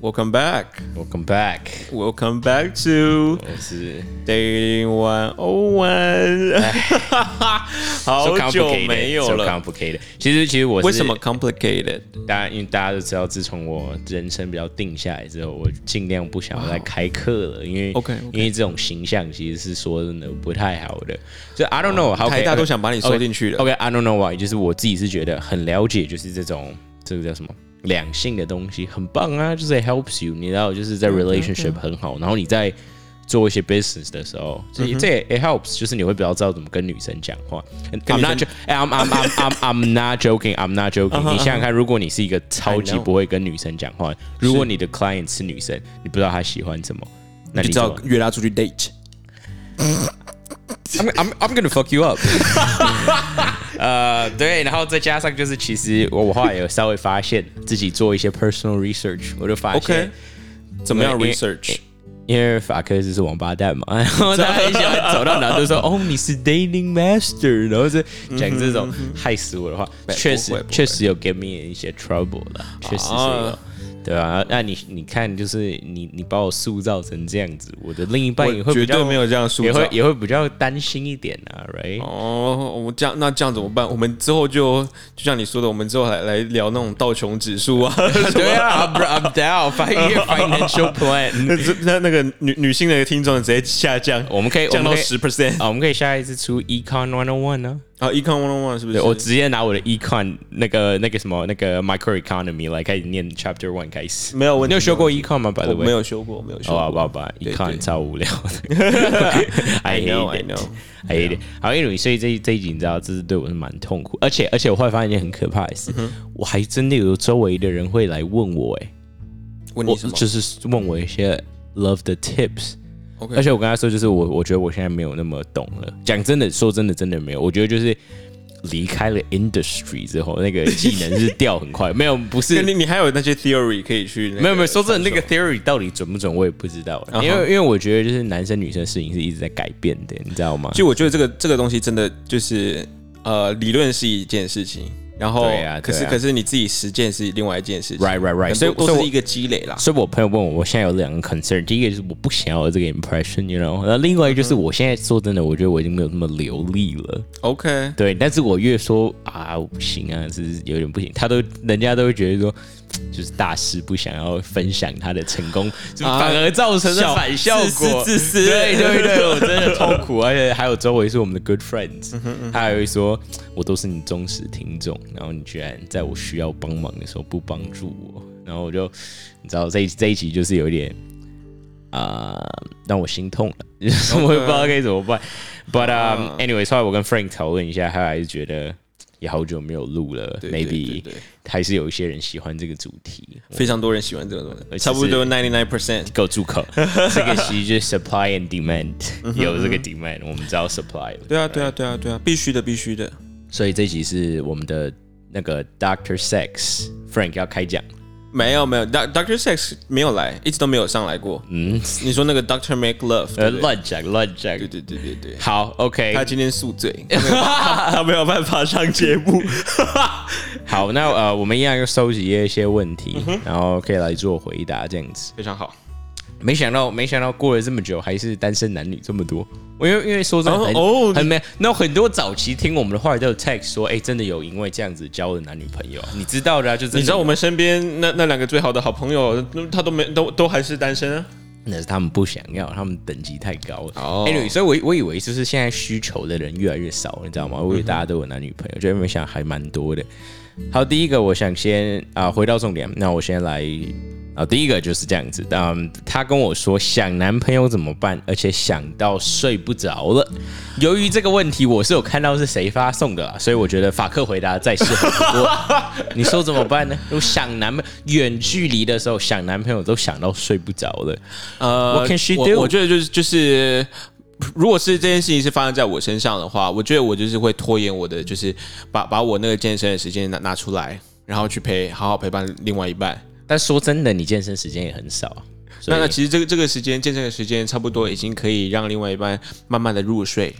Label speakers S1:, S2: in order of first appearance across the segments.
S1: Welcome back,
S2: Welcome back，
S1: welcome back to
S2: 我是
S1: Day One O One。
S2: so
S1: 好久
S2: complicated，
S1: 没有
S2: so
S1: 了，
S2: complicated。其实其实我是
S1: 为什么？complicated？
S2: 大家因为大家都知道，自从我人生比较定下来之后，我尽量不想要再开课了，因为
S1: 啊 OK，OK
S2: 因为这种形象其实是说真的不太好的。就 I don't know，好，
S1: 哦
S2: 呃
S1: 台大都想把你收进去了。
S2: OK，I、don't know why，就是我自己是觉得很了解，就是这种这个叫什么两性的东西，很棒啊，就是 it helps you，你知道，就是在 relationship 很好，然后你在做一些 business 的时候，
S1: 嗯
S2: 这、这也 it helps，就是你会比较知道怎么跟女生讲话。And
S1: 跟
S2: I'm
S1: 女生
S2: not jo- I'm I'm I'm I'm I'm not joking，I'm not joking。
S1: 嗯
S2: 你想想看，如果你是一个超级
S1: I know
S2: 不会跟女生讲话，如果你的 client 是女生，你不知道她喜欢什么，那
S1: 你
S2: 你
S1: 知
S2: 怎
S1: 道
S2: 么
S1: 约他出去 date。
S2: I'm I'm I'm gonna fuck you up 。Uh, 呃，对，然后再加上就是，其实我我后来有稍微发现自己做一些 personal research，我就发现
S1: OK，怎么样
S2: 因为
S1: research？
S2: 因为法克斯是王八蛋 嘛，然后他很喜欢走到哪都说哦你是 dating master，然后是
S1: Mm-hmm,
S2: 讲这种害死我的话，
S1: 不不
S2: 确
S1: 会
S2: 实
S1: 不会
S2: 确实有 give me 一些 trouble 了，确实是有
S1: 啊。
S2: 对啊，那 uh, ah, 你你看，就是你你把我塑造成这样子，我的另一半哎也会
S1: 绝
S2: 比较
S1: 对没有这样塑
S2: 也
S1: 造
S2: 会。也会比较担心一点啊，right？
S1: 哦，我们这样那这样怎么办？我们之后就就像你说的，我们之后来来聊那种道琼指数 啊，
S2: 对啊，I'm I'm down find your financial plan。
S1: 那这那那个女女性的听众直接下降，
S2: 我们可以
S1: 降到
S2: 我们可以
S1: 十 percent
S2: 啊，我们可以下一次出 Econ One On One 呢？
S1: 啊，econ one on one 是不是？
S2: 对我直接拿我的 Econ 那个那个什么那个 Microeconomy 来开始念 Chapter One 开始。
S1: 没有问题
S2: 你有修过 Econ 吗？By
S1: 我
S2: the
S1: 没
S2: way，
S1: 有修过，我没有修
S2: 哦，好
S1: 过。
S2: 吧，好吧，Econ 超无 聊的。I
S1: know,
S2: hate
S1: I know.
S2: it。I hate it。好，因为所以这一这一集你知道，这是对我是蛮痛苦，而且而且我后来发现一件很可怕的事，
S1: 嗯
S2: 我还真的有周围的人会来问我，哎，
S1: 问
S2: 我
S1: 你什么
S2: 就是问我一些 love 的 tips。
S1: ？OK，
S2: 而且我跟他说，就是我我觉得我现在没有那么懂了。
S1: 嗯
S2: 讲真的，说真的，真的没有。我觉得就是离开了 industry 之后，那个技能是掉很快。没有，不是
S1: 你你还有那些 theory 可以去那个
S2: 没有没有，说真的，那个 theory 到底准不准，我也不知道。啊
S1: Uh-huh
S2: 因为因为我觉得就是男生女生的事情是一直在改变的，你知道吗？
S1: 就我觉得这个这个东西真的就是呃，理论是一件事情，然后
S2: 对啊
S1: 可是
S2: 对啊
S1: 可是你自己实践是另外一件事情
S2: Right, right,
S1: 所
S2: right 所
S1: 以
S2: 以
S1: 都
S2: 所以
S1: 是
S2: 我
S1: 一个积累啦。
S2: 所以我朋友问我，我现在有两个 concern，第一个就是我不想要有这个 impression，you know，那另外一个
S1: Uh-huh
S2: 就是我现在说真的，我觉得我已经没有那么流利了。
S1: OK，
S2: 对，但是我越说啊不行啊，是有点不行，他都人家都会觉得说，就是大师不想要分享他的成 功，就
S1: 啊
S2: 反而造成
S1: 小
S2: 了反效果，
S1: 自私自私
S2: 对对对，我真的痛苦，而且还有周围是我们的 good
S1: 嗯
S2: friends，他还会说我都是你忠实听众，然后你居然在我需要帮忙的时候不帮助我，然后我就你知道这一这一集就是有一点。啊、让我心痛了， 就是我也不知道该怎么办。But um, anyway，后来我跟 Frank 讨论一下，他还是觉得也好久没有录了
S1: 对对对
S2: ，maybe
S1: 对
S2: 还是有一些人喜欢这个主题。
S1: 非常多人喜欢这个东西，
S2: 而且是
S1: 差不多 ninety nine percent。
S2: 给我住口！这个其实就是 supply and demand，有这个 demand，我们知道 supply 了。
S1: 对啊，对啊，对啊，对啊，必须的，必须的。
S2: 所以这集是我们的那个 Doctor Sex Frank 要开讲。
S1: 没有没有，Doctor Sex 没有来，一直都没有上来过。嗯，你说那个 Doctor Make Love，
S2: 呃，
S1: 对不对
S2: 乱讲乱讲。
S1: 对对对对对，
S2: 好，OK，
S1: 他今天宿 醉，他没有办 他没有办法上节目。
S2: 好，那呃，我们一样要收集一些问题，
S1: 嗯
S2: 然后可以来做回答这样子。
S1: 非常好。
S2: 没想到，没想到过了这么久，还是单身男女这么多。我因为因为说真的
S1: 哦
S2: 很、
S1: 哦
S2: 很没，那很多早期听我们的话都有 text 说，哎、真的有因为这样子交了男女朋友，你知道的啊，就真的
S1: 你知道我们身边那那两个最好的好朋友，都他都没都都还是单身啊。
S2: 那是他们不想要，他们等级太高了。
S1: 哦
S2: 哦、anyway，所以我我以为就是现在需求的人越来越少，你知道吗？我以为大家都有男女朋友，就没想还蛮多的。好，第一个我想先啊、回到重点，那我先来啊、第一个就是这样子，嗯，他跟我说想男朋友怎么办，而且想到睡不着了。由于这个问题我是有看到是谁发送的啦，所以我觉得法克回答再适合不过。你说怎么办呢？我想男朋友远距离的时候想男朋友都想到睡不着了。
S1: 呃
S2: What can she
S1: 我
S2: do？
S1: 我觉得就是就是，如果是这件事情是发生在我身上的话，我觉得我就是会拖延我的，就是把把我那个健身的时间拿拿出来，然后去陪好好陪伴另外一半。
S2: 但说真的，你健身时间也很少啊，所
S1: 那
S2: 以
S1: 那其实这个这个时间健身的时间差不多已经可以让另外一半慢慢的入睡，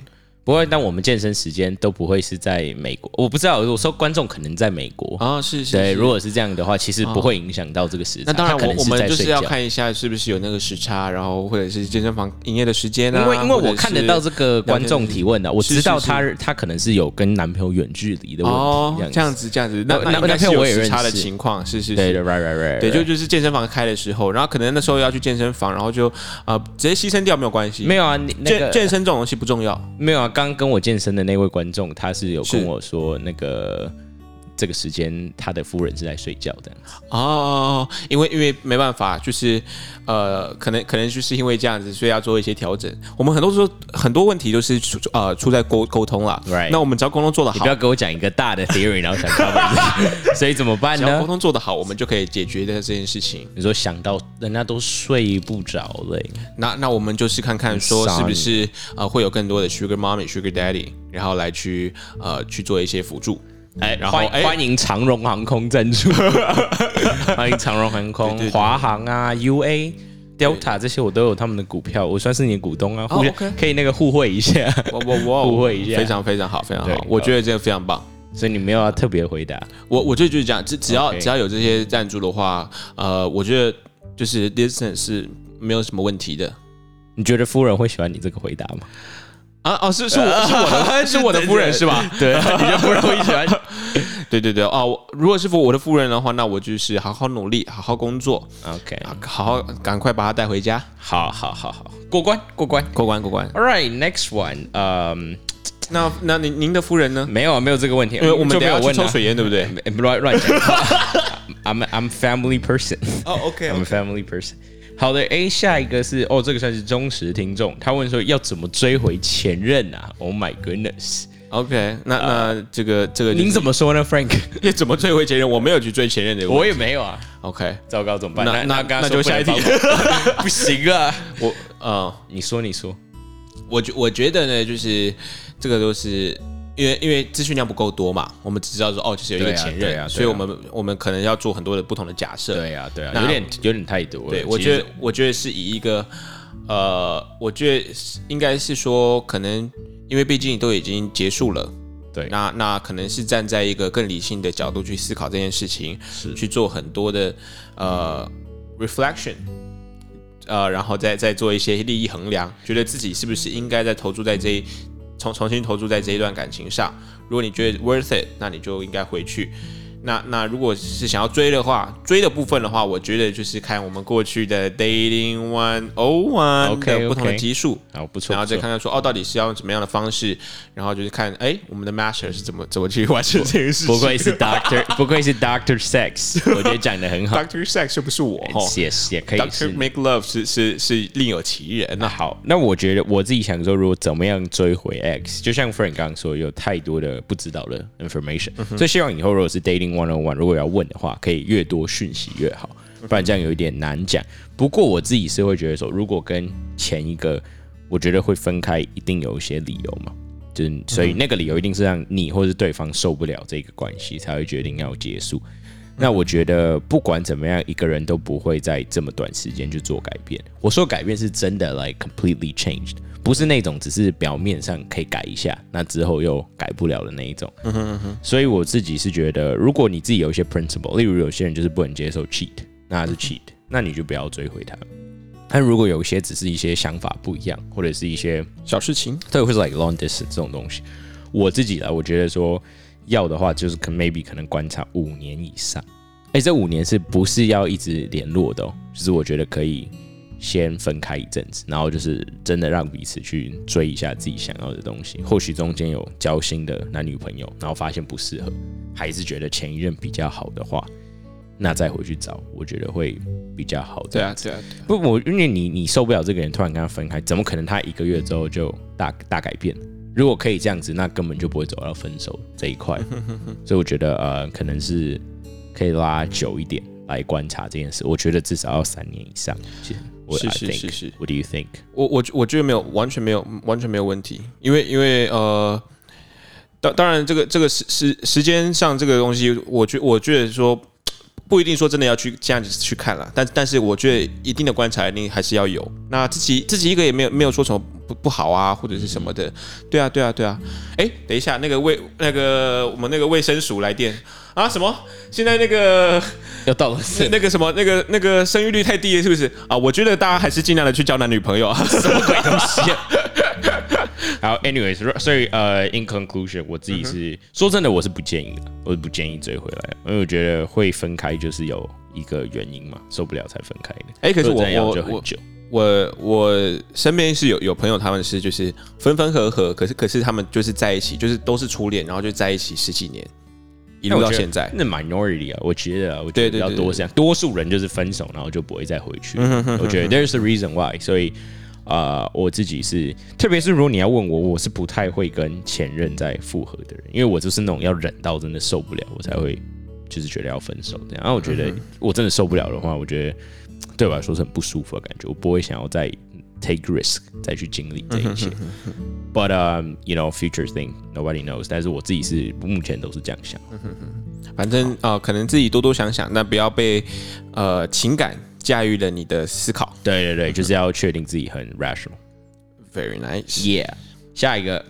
S2: 不过，但我们健身时间都不会是在美国，我不知道，我说观众可能在美国。
S1: 啊，是是
S2: 对，
S1: 是
S2: 如哦果是这样的话，其实不会影响到这个时差。
S1: 那当然
S2: 他可
S1: 我，
S2: 能
S1: 我们
S2: 在
S1: 就是
S2: 睡
S1: 要
S2: 觉。
S1: 看一啊下是不是有那个时差，然后或者是健身房营业的时间啊。
S2: 因为因为
S1: 或者
S2: 我看得到
S1: 是
S2: 这个观众提问的，啊我
S1: 是
S2: 知道
S1: 是
S2: 他他可能是有跟男朋友远距离的问
S1: 哦
S2: 题，这，
S1: 这
S2: 样
S1: 样
S2: 子。
S1: 子这样子，那
S2: 那
S1: 那应该
S2: 那
S1: 是
S2: 片
S1: 有
S2: 我也
S1: 时
S2: 认
S1: 差的
S2: 识
S1: 情况，是是
S2: 对
S1: 是。
S2: 对，right right right，
S1: 对，就就是健身房开的时候，然后可能那时候要去健身房，然后就啊、呃直接牺牲掉没有关系。
S2: 没有啊，你那
S1: 健
S2: 个
S1: 健身这种东西不重要，
S2: 没有啊。刚跟我健身的那位观众，他是有跟
S1: 是
S2: 我说，那个这个时间他的夫人是在睡觉的。
S1: 哦，因为因为没办法，就是呃，可能可能就是因为这样子，所以要做一些调整。我们很多时候很多问题都是出呃出在沟沟通啦。
S2: Right
S1: 那我们只要沟通做得
S2: 你
S1: 好
S2: 不，要给我讲一个大的 theory，然后想 cover，这个所以怎么办
S1: 只要沟
S2: 呢？
S1: 通做得好，我们就可以解决的这件事情。
S2: 你说想到人家都睡不着嘞，
S1: 那那我们就是看看说
S2: 傻
S1: 是不是呃会有更多的 sugar mommy、sugar daddy，然后来去呃去做一些辅助。
S2: 哎，
S1: 然后
S2: 欢
S1: 哎
S2: 欢迎长荣航空赞助， 欢迎长荣航
S1: 对
S2: 空、
S1: 对对
S2: 华航啊、UA、Delta 这些我都有他们的股票，我算是你的股东啊，互
S1: 哦
S2: 相
S1: OK
S2: 可以那个互惠一下，
S1: 哇哇 哇！哦
S2: 互惠一下
S1: 非常非常好，非常
S2: 对
S1: 好，我觉得这个非常棒。
S2: 所以你没有要特别回答。
S1: 我我觉得就是这样，只只要
S2: OK
S1: 只要有这些赞助的话，呃，我觉得就是 listen 是没有什么问题的。
S2: 你觉得夫人会喜欢你这个回答吗？
S1: 啊哦，是是我是我 的是我的夫人是吧？
S2: 对，你觉得夫人会喜欢？
S1: 对对对哦，我如果是我的夫人的话，那我就是好好努力，好好工作，
S2: OK，
S1: 啊好好赶快把她带回家，
S2: 好好好好，过关过关。
S1: 过关过关。
S2: All right, next one，嗯、
S1: 那那您您的夫人呢？
S2: 没有啊，没有这个问题，
S1: 因为呃我们
S2: 就
S1: 等
S2: 没
S1: 一下
S2: 有
S1: 去
S2: 问
S1: 抽
S2: 啊
S1: 水烟，对不对？
S2: 没乱乱讲 话。I'm I'm family person,
S1: 哦，OK，
S2: I'm a family person。好的，A 下一个是哦，这个算是忠实听众，他问说要怎么追回前任啊？Oh my goodness，
S1: OK，那那这个这个
S2: 呃您怎
S1: 么
S2: 么说呢，Frank？
S1: 也怎么追回前任？我没有去追前任的，
S2: 我也没有啊，
S1: OK，
S2: 糟糕，怎么办？
S1: 那那
S2: 刚刚
S1: 那
S2: 说
S1: 就
S2: 不能
S1: 下一题
S2: 帮 忙，不行啊！
S1: 我呃，
S2: 你说，你说，
S1: 我觉我觉得呢，就是这个都是。因为因为资讯量不够多嘛，我们只知道说哦，就是有一个
S2: 对啊
S1: 前任，
S2: 对啊对啊
S1: 所以我们我们可能要做很多的不同的假设。
S2: 对啊，对啊，
S1: 那
S2: 有点有点太多了。
S1: 对，我
S2: 其
S1: 觉
S2: 实
S1: 得我觉得是以一个呃，我觉得是应该是说，可能因为毕竟都已经结束了，
S2: 对
S1: 那那可能是站在一个更理性的角度去思考这件事情，
S2: 是
S1: 去做很多的呃 reflection。呃，然后再再做一些利益衡量，觉得自己是不是应该再投注在这一重重新投注在这一段感情上。如果你觉得 worth it，那你就应该回去。那那如果是想要追的话，追的部分的话，我觉得就是看我们过去的 dating one o one
S2: OK，OK
S1: 的不同的集数。
S2: 好不错，
S1: 然后再
S2: 不错
S1: 看看说哦，到底是要用怎么样的方式，然后就是看哎，我们的 master 是怎么怎么去完成这个事情。
S2: 不愧是 Doctor，不愧是 Doctor Sex，我觉得讲的很好，
S1: Doctor Sex 又不是我 哦
S2: 也也可以是
S1: ，Doctor Make Love 是是是另有其人
S2: 那
S1: 啊。
S2: 好，那我觉得我自己想说，如果怎么样追回 X，就像 Frank 刚刚说，有太多的不知道的 information，、所以希望以后如果是 dating one on one，如果要问的话，可以越多讯息越好，不然这样有一点难讲。不过我自己是会觉得说，如果跟前一个，我觉得会分开，一定有一些理由嘛，就是所以那个理由一定是让你或是对方受不了这个关系，才会决定要结束。那我觉得不管怎么样，一个人都不会在这么短时间去做改变。我说改变是真的，like completely changed，不是那种只是表面上可以改一下，那之后又改不了的那一种。所以我自己是觉得，如果你自己有一些 principle，例如有些人就是不能接受 cheat，那他是 cheat，那你就不要追回他。但如果有一些只是一些想法不一样，或者是一些
S1: 小事情，
S2: 对，或是 like long distance 这种东西，我自己啦，我觉得说要的话，就是可 maybe 可能观察五年以上。哎、这五年是不是要一直联络的、哦？就是我觉得可以先分开一阵子，然后就是真的让彼此去追一下自己想要的东西。或许中间有交心的男女朋友，然后发现不适合，还是觉得前一任比较好的话，那再回去找，我觉得会比较好。
S1: 对啊，对啊，对啊
S2: 不，我因为你你受不了这个人，突然跟他分开，怎么可能他一个月之后就大大改变？如果可以这样子，那根本就不会走到分手这 一块。所以我觉得呃，可能是可以拉久一点来观察这件事。我觉得至少要三年以上。其实我
S1: 是
S2: I
S1: 是
S2: think,
S1: 是是
S2: What do you think？
S1: 我我我觉得没有，完全没有，完全没有问题，因为因为呃，当当然这个这个时时时间上这个东西，我觉我觉得说不一定说真的要去这样子去看了，但但是我觉得一定的观察一定还是要有。那自己自己一个也没有没有说什么不不好啊，或者是什么的。对啊，对啊，对啊。哎，等一下，那个卫那个我们那个卫生署来电啊，什么？现在那个
S2: 要到了哦是
S1: 那个什么那个那个生育率太低了，是不是啊？我觉得大家还是尽量的去交男女朋友啊。
S2: 鬼东西、啊。好，anyways，所以呃、i n conclusion，我自己是、说真的，我是不建议的，我是不建议追回来，因为我觉得会分开就是有一个原因嘛，受不了才分开的。
S1: 哎可是我
S2: 如果真的要
S1: 我
S2: 就很
S1: 我
S2: 久，
S1: 我我身边是有有朋友，他们是就是分分合合，可是可是他们就是在一起，就是都是初恋，然后就在一起十几年，一
S2: 那
S1: 路
S2: 哎我
S1: 到
S2: 觉得
S1: 现在。
S2: 那 minority 啊，我觉得啊，我觉
S1: 对
S2: 得
S1: 对
S2: 比
S1: 对嗯
S2: 较多是这样，多数人就是分手，然后就不会再回去。我觉得 there's a reason why，所以啊、呃我自己是，特别是如果你要问我，我是不太会跟前任再复合的人，因为我就是那种要忍到真的受不了，我才会就是觉得要分手这样。然后我觉得
S1: 嗯
S2: 我真的受不了的话，我觉得对我来说是很不舒服的啊感觉，我不会想要再 take risk 再去经历这一
S1: 嗯
S2: 切。But um, you know, future thing, nobody knows。但是我自己是目前都是这样想。
S1: 反正啊、呃可能自己多多想想，那不要被呃情感驾驭了你的思考。
S2: 对对对，就是要确定自己很 rational。
S1: Very nice。
S2: Yeah，下一个，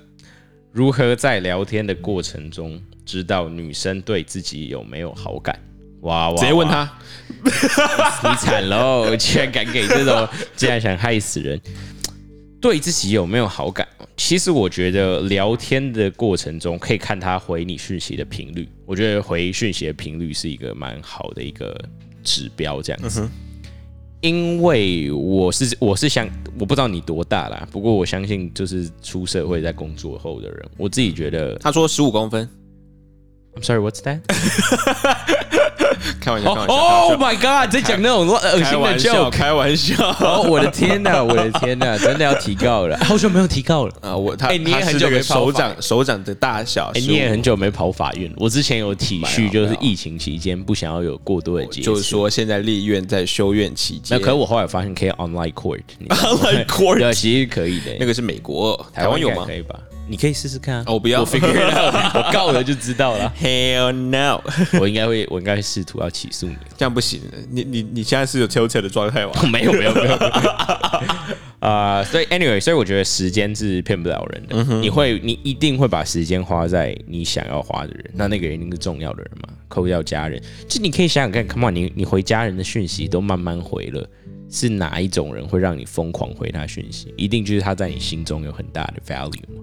S2: 如何在聊天的过程中知道女生对自己有没有好感？哇哇！
S1: 直接问他，
S2: 哇，你惨喽！居然敢给这种，竟然想害死人。对自己有没有好感？其实我觉得聊天的过程中可以看他回你讯息的频率，我觉得回讯息的频率是一个蛮好的一个指标，这
S1: 嗯
S2: 样子。因为我是我是想，我不知道你多大啦，不过我相信就是出社会在工作后的人，我自己觉得
S1: 他说十五公分，
S2: ，I'm sorry，what's that？
S1: 开玩笑，开玩笑，
S2: 哦、oh, my god，在讲那种恶
S1: 开
S2: 心的
S1: 玩笑，
S2: joke，
S1: 开玩笑。
S2: 哦，我的天呐，我的天 呐，真的要提高了，好久没有提高了。
S1: 啊，我他、
S2: 哎你也
S1: 他
S2: 很
S1: 是
S2: 久
S1: 这个
S2: 没泡
S1: 手
S2: 法
S1: 掌手掌的大小，15
S2: 哎、你也很久没跑法院。我之前有体
S1: 没
S2: 恤，
S1: 有
S2: 就是疫情期间不想要有过多的接触。
S1: 就是说现在立院在修院期
S2: 那
S1: 间，
S2: 可我后来发现可以 online court，你知道吗
S1: Online court
S2: 对，其实可以 的。
S1: 那个是美国，台
S2: 台
S1: 湾有
S2: 应该
S1: 吗
S2: 可以吧？你可以试试看啊。
S1: 哦我不要
S2: 我 figure it out，我告了就知道了。
S1: ？Hell no！
S2: 我应该会，我应该会试图要起诉你。
S1: 这样不行，你你你现在是有 t e 的状 态吗？
S2: 没有没有没有。啊、所以 anyway，所以我觉得时间是骗不了人的。你会，你一定会把时间花在你想要花的人，那那个人一定是重要的人嘛？扣掉家人，就你可以想想看，come on，你你回家人的讯息都慢慢回了，是哪一种人会让你疯狂回他讯息？一定就是他在你心中有很大的 value 嘛。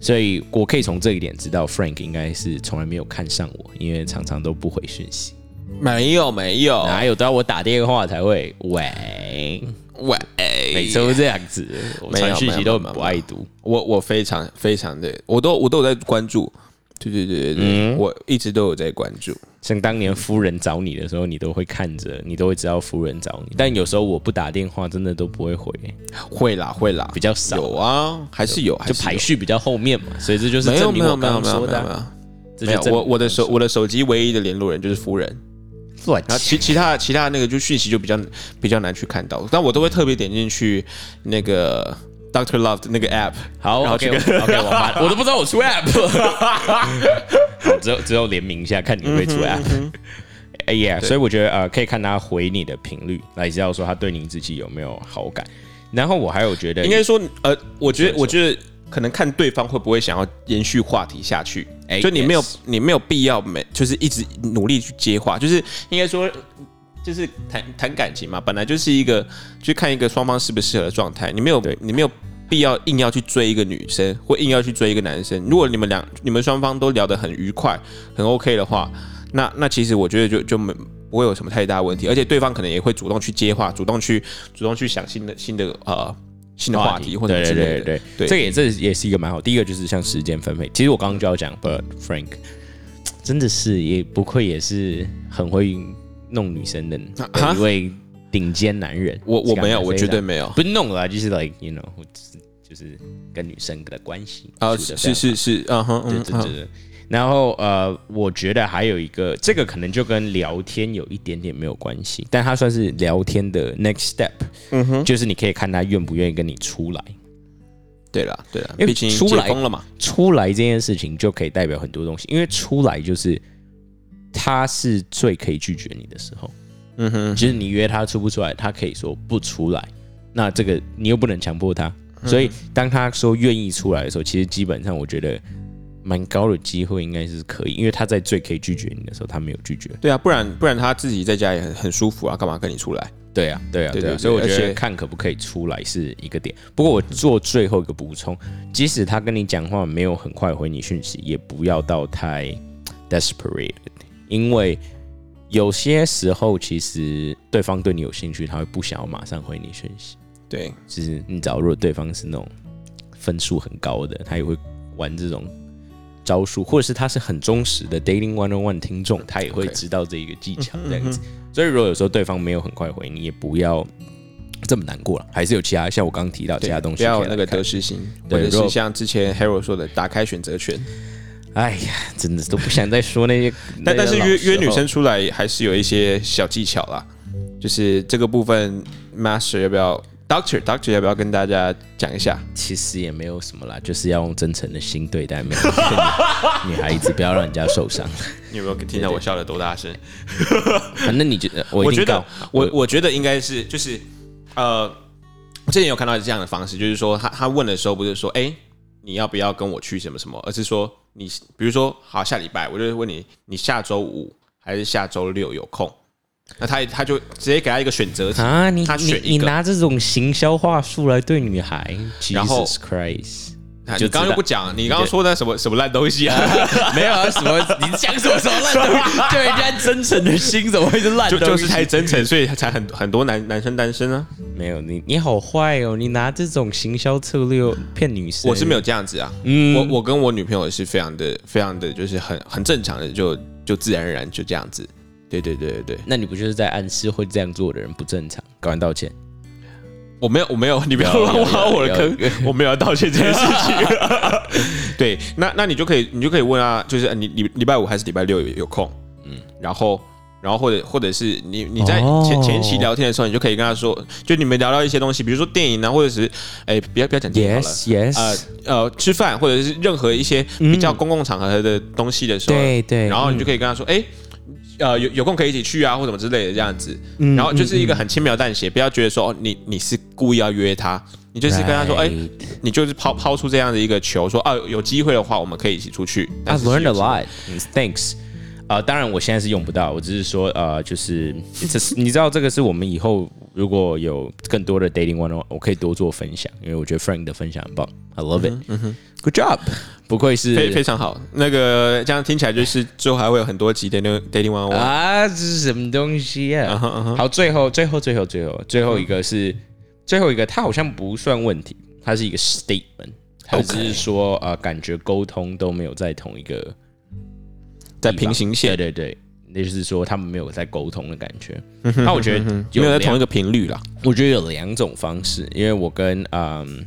S2: 所以我可以从这一点知道，Frank 应该是从来没有看上我，因为常常都不回讯息。
S1: 没有没有，
S2: 哪有？都要我打电话才会喂。
S1: 喂，
S2: 每次都这样子，我
S1: 没有
S2: 传讯
S1: 没
S2: 息
S1: 有
S2: 都
S1: 没
S2: 很
S1: 有
S2: 不爱读。
S1: 我我非常非常的，我都我都有在关注，对对对对对，
S2: 嗯
S1: 我一直都有在关注。
S2: 像当年夫人找你的时候，你都会看着，你都会知道夫人找你。但有时候我不打电话，真的都不会回，
S1: 会啦会啦，
S2: 比较少
S1: 有啊，还是有，还
S2: 就是
S1: 有
S2: 排序比较后面嘛。所以这就是
S1: 没有
S2: 证
S1: 没
S2: 明
S1: 有
S2: 我
S1: 没有
S2: 刚刚
S1: 没有
S2: 说
S1: 没
S2: 的
S1: 有没
S2: 啊。
S1: 有。
S2: 这
S1: 没
S2: 就
S1: 有，
S2: 证
S1: 我
S2: 明
S1: 我的手我的手机唯一的联络人就是夫人，
S2: 乱
S1: 然后其其他其他那个就讯息就比较比较难去看到，但我都会特别点进去那个 Doctor Love 的那个 app，
S2: 好
S1: 然后
S2: ，OK
S1: 去
S2: OK，
S1: 跟
S2: 我把我都不知道 我出 app，好只有只有联名一下，看你会出 app。哎 呀，所以我觉得呃，可以看他回你的频率，来知道说他对你自己有没有好感。然后我还有觉得
S1: 应该说呃，我觉得我觉得可能看对方会不会想要延续话题下去，
S2: 哎
S1: 就你没有
S2: yes
S1: 你没有必要每就是一直努力去接话，就是应该说。就是谈谈感情嘛，本来就是一个去看一个双方适不适合的状态，你没有
S2: 对
S1: 你没有必要硬要去追一个女生，或硬要去追一个男生。如果你们两你们双方都聊得很愉快，很 OK 的话，那那其实我觉得就就没不会有什么太大问题，而且对方可能也会主动去接话，主动去主动去想新的新的呃新的话题或者
S2: 对
S1: 之类的。
S2: 对对
S1: 对
S2: 对，这个也这也是一个蛮好。第一个就是像时间分配，其实我刚刚就要讲，But Frank 真的是也不愧也是很会弄女生的
S1: 啊
S2: 的
S1: 哈
S2: 一位顶尖男人。
S1: 我我没有，
S2: 非常
S1: 我绝对没有。
S2: 不是弄了，就是 like you know，就是就是跟女生的关系
S1: 啊，
S2: 处
S1: 是
S2: 得非
S1: 是
S2: 常
S1: 是是，嗯哼，
S2: 对
S1: 嗯
S2: 对
S1: 哼，
S2: 对。然后呃，我觉得还有一个，这个可能就跟聊天有一点点没有关系，但它算是聊天的 next step，、就是你
S1: 嗯
S2: 可以看他愿不愿意跟你出来。
S1: 对了对了，
S2: 因为
S1: 毕竟
S2: 出
S1: 解
S2: 来
S1: 封了嘛，
S2: 出来这件事情就可以代表很多东西，因为出来就是他是最可以拒绝你的时候。
S1: 嗯哼，
S2: 就是你约他出不出来，他可以说不出来，那这个你又不能强迫他，所以当他说愿意出来的时候，其实基本上我觉得蛮高的机会应该是可以，因为他在最可以拒绝你的时候，他没有拒绝。
S1: 对啊，不然不然他自己在家也很很舒服啊，干嘛跟你出来？
S2: 对啊，对啊，
S1: 对
S2: 对啊，
S1: 对
S2: 所以我
S1: 对
S2: 觉
S1: 而且
S2: 得看可不可以出来是一个点。不过我做最后一个补充，即使他跟你讲话没有很快回你讯息，也不要到太 desperate，因为有些时候其实对方对你有兴趣，他会不想要马上回你讯息。
S1: 对，
S2: 就是你找嗯如果对方是那种分数很高的，他也会玩这种招数，或者是他是很忠实的 dating one on one 听众，他也会
S1: OK
S2: 知道这一个技巧这
S1: 嗯
S2: 样子。所以如果有时候对方没有很快回你，也不要这么难过了，还是有其他像我刚刚提到其
S1: 对
S2: 他东西
S1: 不要有
S2: 可以
S1: 那
S2: 来
S1: 个
S2: 看
S1: 得失心，或
S2: 对
S1: 者
S2: 如
S1: 是
S2: 果
S1: 像之前 Harold 说的，打开选择权。。
S2: 哎呀，真的是都不想再说那些
S1: 但但是
S2: 那
S1: 约
S2: 些老时候
S1: 约女生出来还是有一些小技巧啦，就是这个部分，Master 要不要，Doctor Doctor 要不要跟大家讲一下？
S2: 其实也没有什么啦，就是要用真诚的心对待每一个女孩子，不要让人家受伤。
S1: 你有没有听到我笑的多大声？
S2: 反正你觉得我
S1: 我
S2: 一
S1: 觉
S2: 定
S1: 得
S2: 告，
S1: 我我觉得应该是就是，呃，我之前有看到这样的方式，就是说他他问的时候不是说，哎、你要不要跟我去什么什么，而是说你比如说好下礼拜，我就问你，你下周五还是下周六有空？那他他就直接给他一个选择题，
S2: 啊，你
S1: 他
S2: 你
S1: 选
S2: 你
S1: 一个
S2: 拿这种行销话术来对女孩
S1: 然后
S2: ，Jesus Christ，
S1: 啊
S2: 就
S1: 你刚刚
S2: 知
S1: 又
S2: 道
S1: 不讲，你刚刚说的什么什么烂东 西啊？
S2: 没有啊，什 么你讲什么时候烂东西？对人家真诚的心怎么会是烂
S1: 就
S2: 东西？
S1: 就是太真诚，所以才很很多男男生单身啊。
S2: 没有你，你好坏哦！你拿这种行销策略骗女生，
S1: 我是没有这样子啊，
S2: 嗯
S1: 我我跟我女朋友是非常的非常的就是很很正常的，就就自然而然就这样子。对对对对对，
S2: 那你不就是在暗示会这样做的人不正常？赶快道歉。
S1: 我没有，我没有，你不要
S2: 有
S1: 乱
S2: 有
S1: 挖
S2: 有
S1: 我的
S2: 有
S1: 坑，我没有要道歉这件事情。 对，那那你就可以，你就可以问啊，就是呃你礼礼拜五还是礼拜六有有空？嗯，然后然后或者或者是你你在
S2: 哦
S1: 前前期聊天的时候，你就可以跟他说，就你们聊到一些东西，比如说电影啊，或者是哎，不要不要讲电影好了
S2: Yes, yes，、
S1: 呃呃，吃饭或者是任何一些比较公共场合的东西的时候，
S2: 嗯对对嗯
S1: 然后你就可以跟他说，哎、呃，有有空可以一起去啊，或什么之类的这样子，
S2: 嗯
S1: 然后就是一个很轻描淡写，不要觉得说哦，你你是故意要约他，你就是跟他说，哎、
S2: Right
S1: 你就是抛抛出这样的一个球，说啊，有机会的话我们可以一起出去。但
S2: I've
S1: 是是
S2: learned a
S1: 有机会
S2: lot. Thanks. 啊、当然我现在是用不到，我只是说，呃，就是这是你知道这个是我们以后如果有更多的 dating one，on- 我可以多做分享，因为我觉得 Frank 的分享很棒，I love it，、Good job，不愧
S1: 非非
S2: 是
S1: 常好，那个这样听起来就是之后还会有很多集的那个 dating one one，
S2: 啊，这是什么东西啊？
S1: 哼嗯
S2: 好，最后最后最后最后最后一个是、最后一个，它好像不算问题，它是一个 statement，它只是说呃，感觉沟通都没有在同一个
S1: 在平行线，
S2: 对对对，那就是说他们没有在沟通的感觉。
S1: 嗯
S2: 那我觉得有
S1: 没有在
S2: 两
S1: 同一个频率啦。
S2: 我觉得有两种方式，因为我跟嗯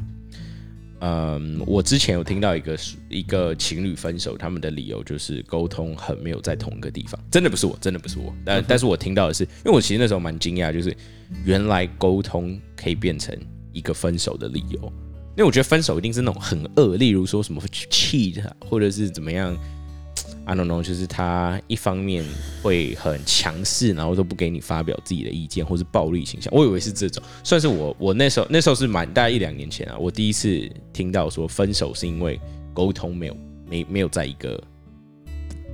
S2: 嗯，我之前有听到一个一个情侣分手，他们的理由就是沟通很没有在同一个地方。真的不是我，真的不是我，
S1: 嗯
S2: 但、但是我听到的是，因为我其实那时候蛮惊讶，就是原来沟通可以变成一个分手的理由。因为我觉得分手一定是那种很恶，例如说什么气他，或者是怎么样。I don't know，就是他一方面会很强势，然后都不给你发表自己的意见，或是暴力倾向。我以为是这种，算是我我那时候那时候是蛮大概一两年前啊，我第一次听到说分手是因为沟通没有没没有在一个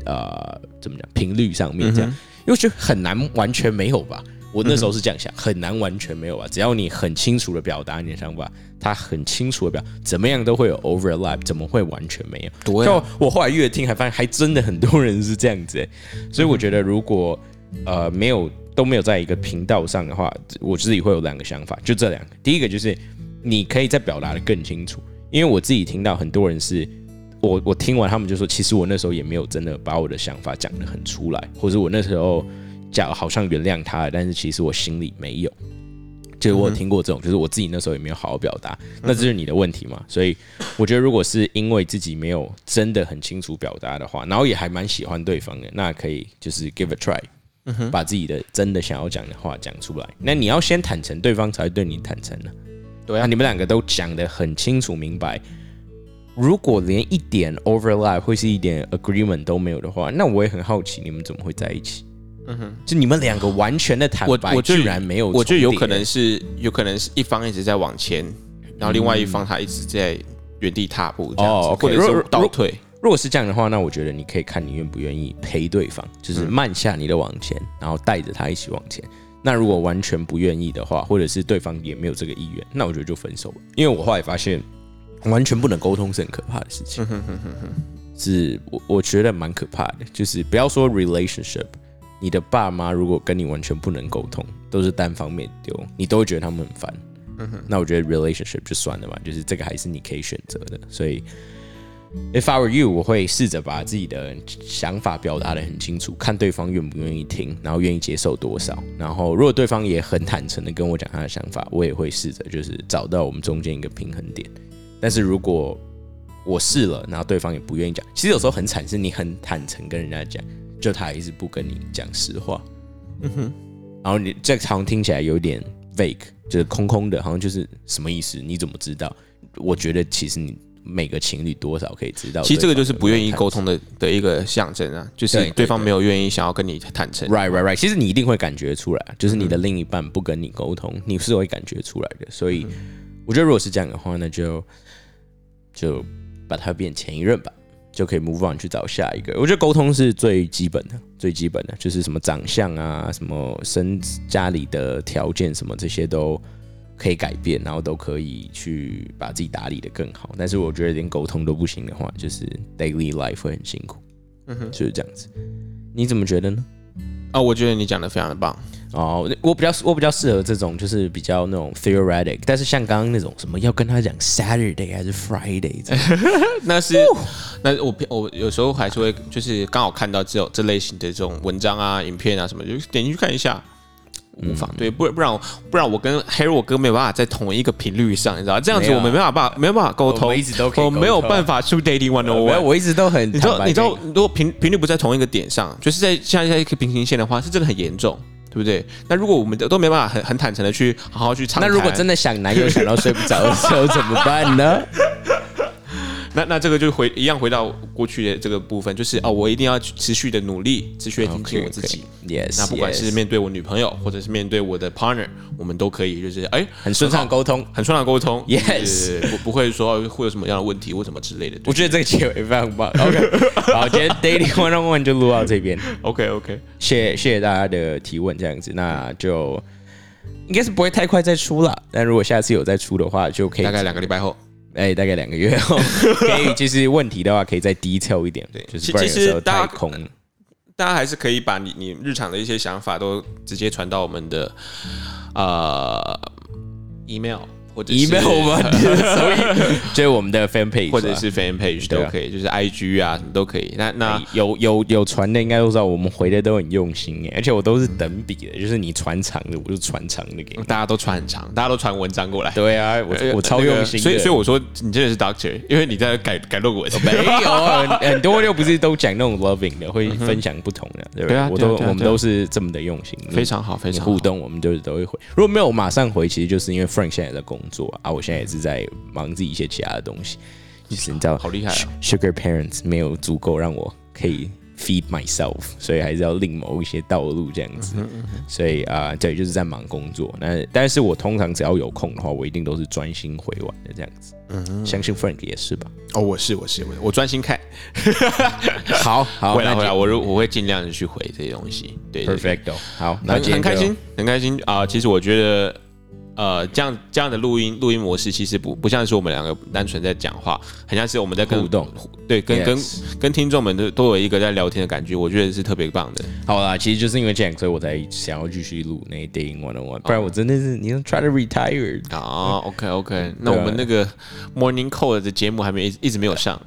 S2: 呃怎么讲频率上面这样，因为我觉得很难完全没有吧。我那时候是这样想，很难完全没有吧。只要你很清楚的表达你的想法，他很清楚的表，怎么样都会有 overlap，怎么会完全没有？
S1: 对
S2: 就我后来越听，还发现还真的很多人是这样子欸、所以我觉得如果呃没有都没有在一个频道上的话，我自己会有两个想法，就这两个。第一个就是你可以再表达的更清楚，因为我自己听到很多人是。我我听完他们就说，其实我那时候也没有真的把我的想法讲得很出来，或者我那时候讲好像原谅他了，但是其实我心里没有。就是
S1: 嗯
S2: 我有听过这种，就是我自己那时候也没有好好表达，那这是你的问题嘛。所以我觉得，如果是因为自己没有真的很清楚表达的话，然后也还蛮喜欢对方的，那可以就是 give a try，、把
S1: 嗯
S2: 自己的真的想要讲的话讲出来。那你要先坦诚，对方才会对你坦诚呢、
S1: 对啊
S2: 那你们两个都讲得很清楚明白。如果连一点 overlap 或是一点 agreement 都没有的话，那我也很好奇你们怎么会在一起。嗯哼，就你们两个完全的坦
S1: 我
S2: 白，
S1: 我觉得
S2: 居然没有重叠，
S1: 我觉得有可能是有可能是一方一直在往前，然后另外一方他一直在原地踏步这样子，
S2: 嗯哦，OK，
S1: 或者
S2: 如
S1: 是
S2: 如
S1: 倒退。
S2: 如果是这样的话，那我觉得你可以看你愿不愿意陪对方，就是慢下你的往前，然后带着他一起往前。那如果完全不愿意的话，或者是对方也没有这个意愿，那我觉得就分手吧。因为我后来发现，完全不能沟通是很可怕的事情。是我我觉得蛮可怕的，就是不要说 relationship，你的爸妈如果跟你完全不能沟通，都是单方面丢，你都会觉得他们很烦。那我觉得 relationship 就算了吧，就是这个还是你可以选择的，所以。If I were you，我会试着把自己的想法表达的很清楚，看对方愿不愿意听，然后愿意接受多少。然后，如果对方也很坦诚的跟我讲他的想法，我也会试着就是找到我们中间一个平衡点。但是如果我试了，然后对方也不愿意讲，其实有时候很惨，是你很坦诚跟人家讲，就他还是不跟你讲实话。嗯然后你这好像听起来有点 vague，就是空空的，好像就是什么意思？你怎么知道？我觉得其实你每个情侣多少可以知道对方有没有坦诚。
S1: 其实这个就是不愿意沟通的的一个象征啊，就
S2: 对
S1: 是
S2: 对
S1: 对方没有愿意想要跟你坦诚。
S2: Right, right, right。其实你一定会感觉出来，就是你的另一半不跟你沟通，你是会感觉出来的。所以，我觉得如果是这样的话，那就就把它变前一任吧，就可以 move on 去找下一个。我觉得沟通是最基本的，最基本的就是什么长相啊，什么身家里的条件，什么这些都。可以改变，然后都可以去把自己打理的更好。但是我觉得连沟通都不行的话，就是 daily life 会很辛苦，嗯哼，就是这样子。你怎么觉得呢？
S1: 啊，我觉得你讲的非常的棒。
S2: 哦，我比较我比较适合这种，就是比较那种 theoretic，但是像刚刚那种什么要跟他讲 Saturday 还是 Friday，这种
S1: 那是，
S2: 哦
S1: 那我我有时候还是会，就是刚好看到这种这类型的这种文章啊、影片啊什么，就点进去看一下，无
S2: 嗯
S1: 妨。对，不不然我不然我跟 Harry 我哥没有办法在同一个频率上，你知道吗，这样子
S2: 没有啊
S1: 我们没办法没有办法沟
S2: 我
S1: 通，
S2: 们一直都可以
S1: 我没
S2: 沟
S1: 有
S2: 通
S1: 办法去 dating one on
S2: 我
S1: one。
S2: 我一直都很
S1: 你知道，你知道
S2: 坦白，
S1: 如果频频率不在同一个点上，就是在像在一个平行线的话，是真的很严重，对不对？那如果我们都都没办法很很坦诚的去好好去
S2: 跟
S1: 畅
S2: 你那
S1: 谈，
S2: 如果真的想男友想到睡不着的时候怎么办 呢？
S1: 那那这个就回一样回到过去的这个部分，就是哦，我一定要去持续的努力，持续的挺进我自己。
S2: Yes，
S1: 那不管
S2: yes
S1: 是面对我女朋友，或者是面对我的 partner，我们都可以就是哎、
S2: 很顺畅
S1: 很好
S2: 沟通，
S1: 很顺畅沟通
S2: Yes
S1: 就是不不会说哦会有什么样的问题或什么之类的。
S2: 我觉得这个结尾非常 棒。OK，好，今天 daily one on one 就录到这边。
S1: OK OK，
S2: 谢谢谢大家的提问，这样子，那就应该是不会太快再出了。但如果下次有再出的话，就可以
S1: 大概两个礼拜后。
S2: 哎、大概两个 月后，可以就是问题的话，可以再 detail 一点，对就是
S1: 其
S2: 不然有
S1: 其实
S2: 时候
S1: 大家
S2: 太空了。
S1: 大家还是可以把你你日常的一些想法都直接传到我们的呃 email 或者是呃
S2: email 我们，所以 就是我们的 fan page，啊
S1: 或者
S2: 吧
S1: 是 fan page
S2: 对
S1: 都
S2: 啊
S1: 可以，就是 IG 啊什么都可以。那那
S2: 哎有有有传的应该都知道，我们回的都很用心哎，而且我都是等比的，就是你传长的，我就传长的给你。
S1: 大家都传很长，大家都传文章过来。
S2: 对啊，
S1: 嗯呃
S2: 我我超用心
S1: 那个
S2: 的，
S1: 所以所以我说你真的是 doctor，因为你在改改论文。
S2: 没有啊很很多就不是都讲那种 loving 的，会分享不同的，对不
S1: 对啊
S2: 我
S1: 对啊
S2: 都
S1: 对啊
S2: 我们
S1: 对啊
S2: 都是这么的用心，
S1: 非常好，非
S2: 你
S1: 常
S2: 互
S1: 好。
S2: 动，我们就是都会回。如果没有马上回，其实就是因为 Frank 现在也在工作啊，我现在也是在忙自己一些其他的东西。就是你知道，
S1: 好厉害啊
S2: s u g a r Parents 没有足够让我可以 feed myself，所以还是要另谋一些道路这样
S1: 嗯
S2: 子。所以啊、对，就是在忙工作。那但是我通常只要有空的话，我一定都是专心回完的这样子。
S1: 嗯
S2: 相信 Frank 也是 吧？
S1: 哦，我是我是我是我专心看，
S2: 好好，
S1: 会
S2: 那
S1: 来
S2: 就
S1: 会来，我如我会尽量的去回这些东西。对对对
S2: perfect 哦。好，那
S1: 很
S2: 今
S1: 很
S2: 天
S1: 开
S2: 就
S1: 心，很开心啊、其实我觉得，呃，这样这样的录音录音模式，其实不不像是我们两个单纯在讲话，很像是我们在跟
S2: 互动，
S1: 对，跟
S2: Yes
S1: 跟跟听众们都都有一个在聊天的感觉，我觉得是特别棒的。
S2: 好啦，其实就是因为这样，所以我才想要继续录那 Dating One
S1: 哦
S2: on One，不然我真的是你要 try to retire。
S1: 啊、o k OK，那我们那个 Morning Call 的节目还没一一直没有 上，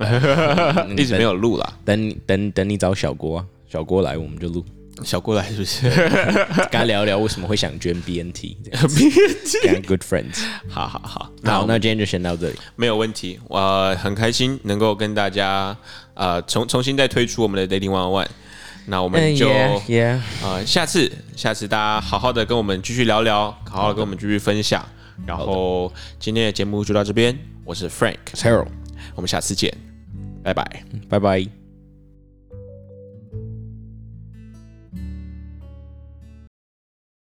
S1: 一直没有录啦。
S2: 等等等你找小郭啊，小郭来我们就录，
S1: 小郭来是不是？
S2: 跟他聊一聊为什么会想捐 BNT，这样子跟他 good friends。
S1: 好好好，那
S2: 好，
S1: 我们
S2: 那今天就先到这里。
S1: 没有问题，我、很开心能够跟大家呃重重新再推出我们的 Dating One One，那我们就。
S2: yeah，
S1: 呃，下次下次大家好好的跟我们继续聊聊，好好的跟我们继续分享。然后今天的节目就到这边，我是 Frank，
S2: Terrell，
S1: 我们下次见，拜拜。
S2: 拜拜。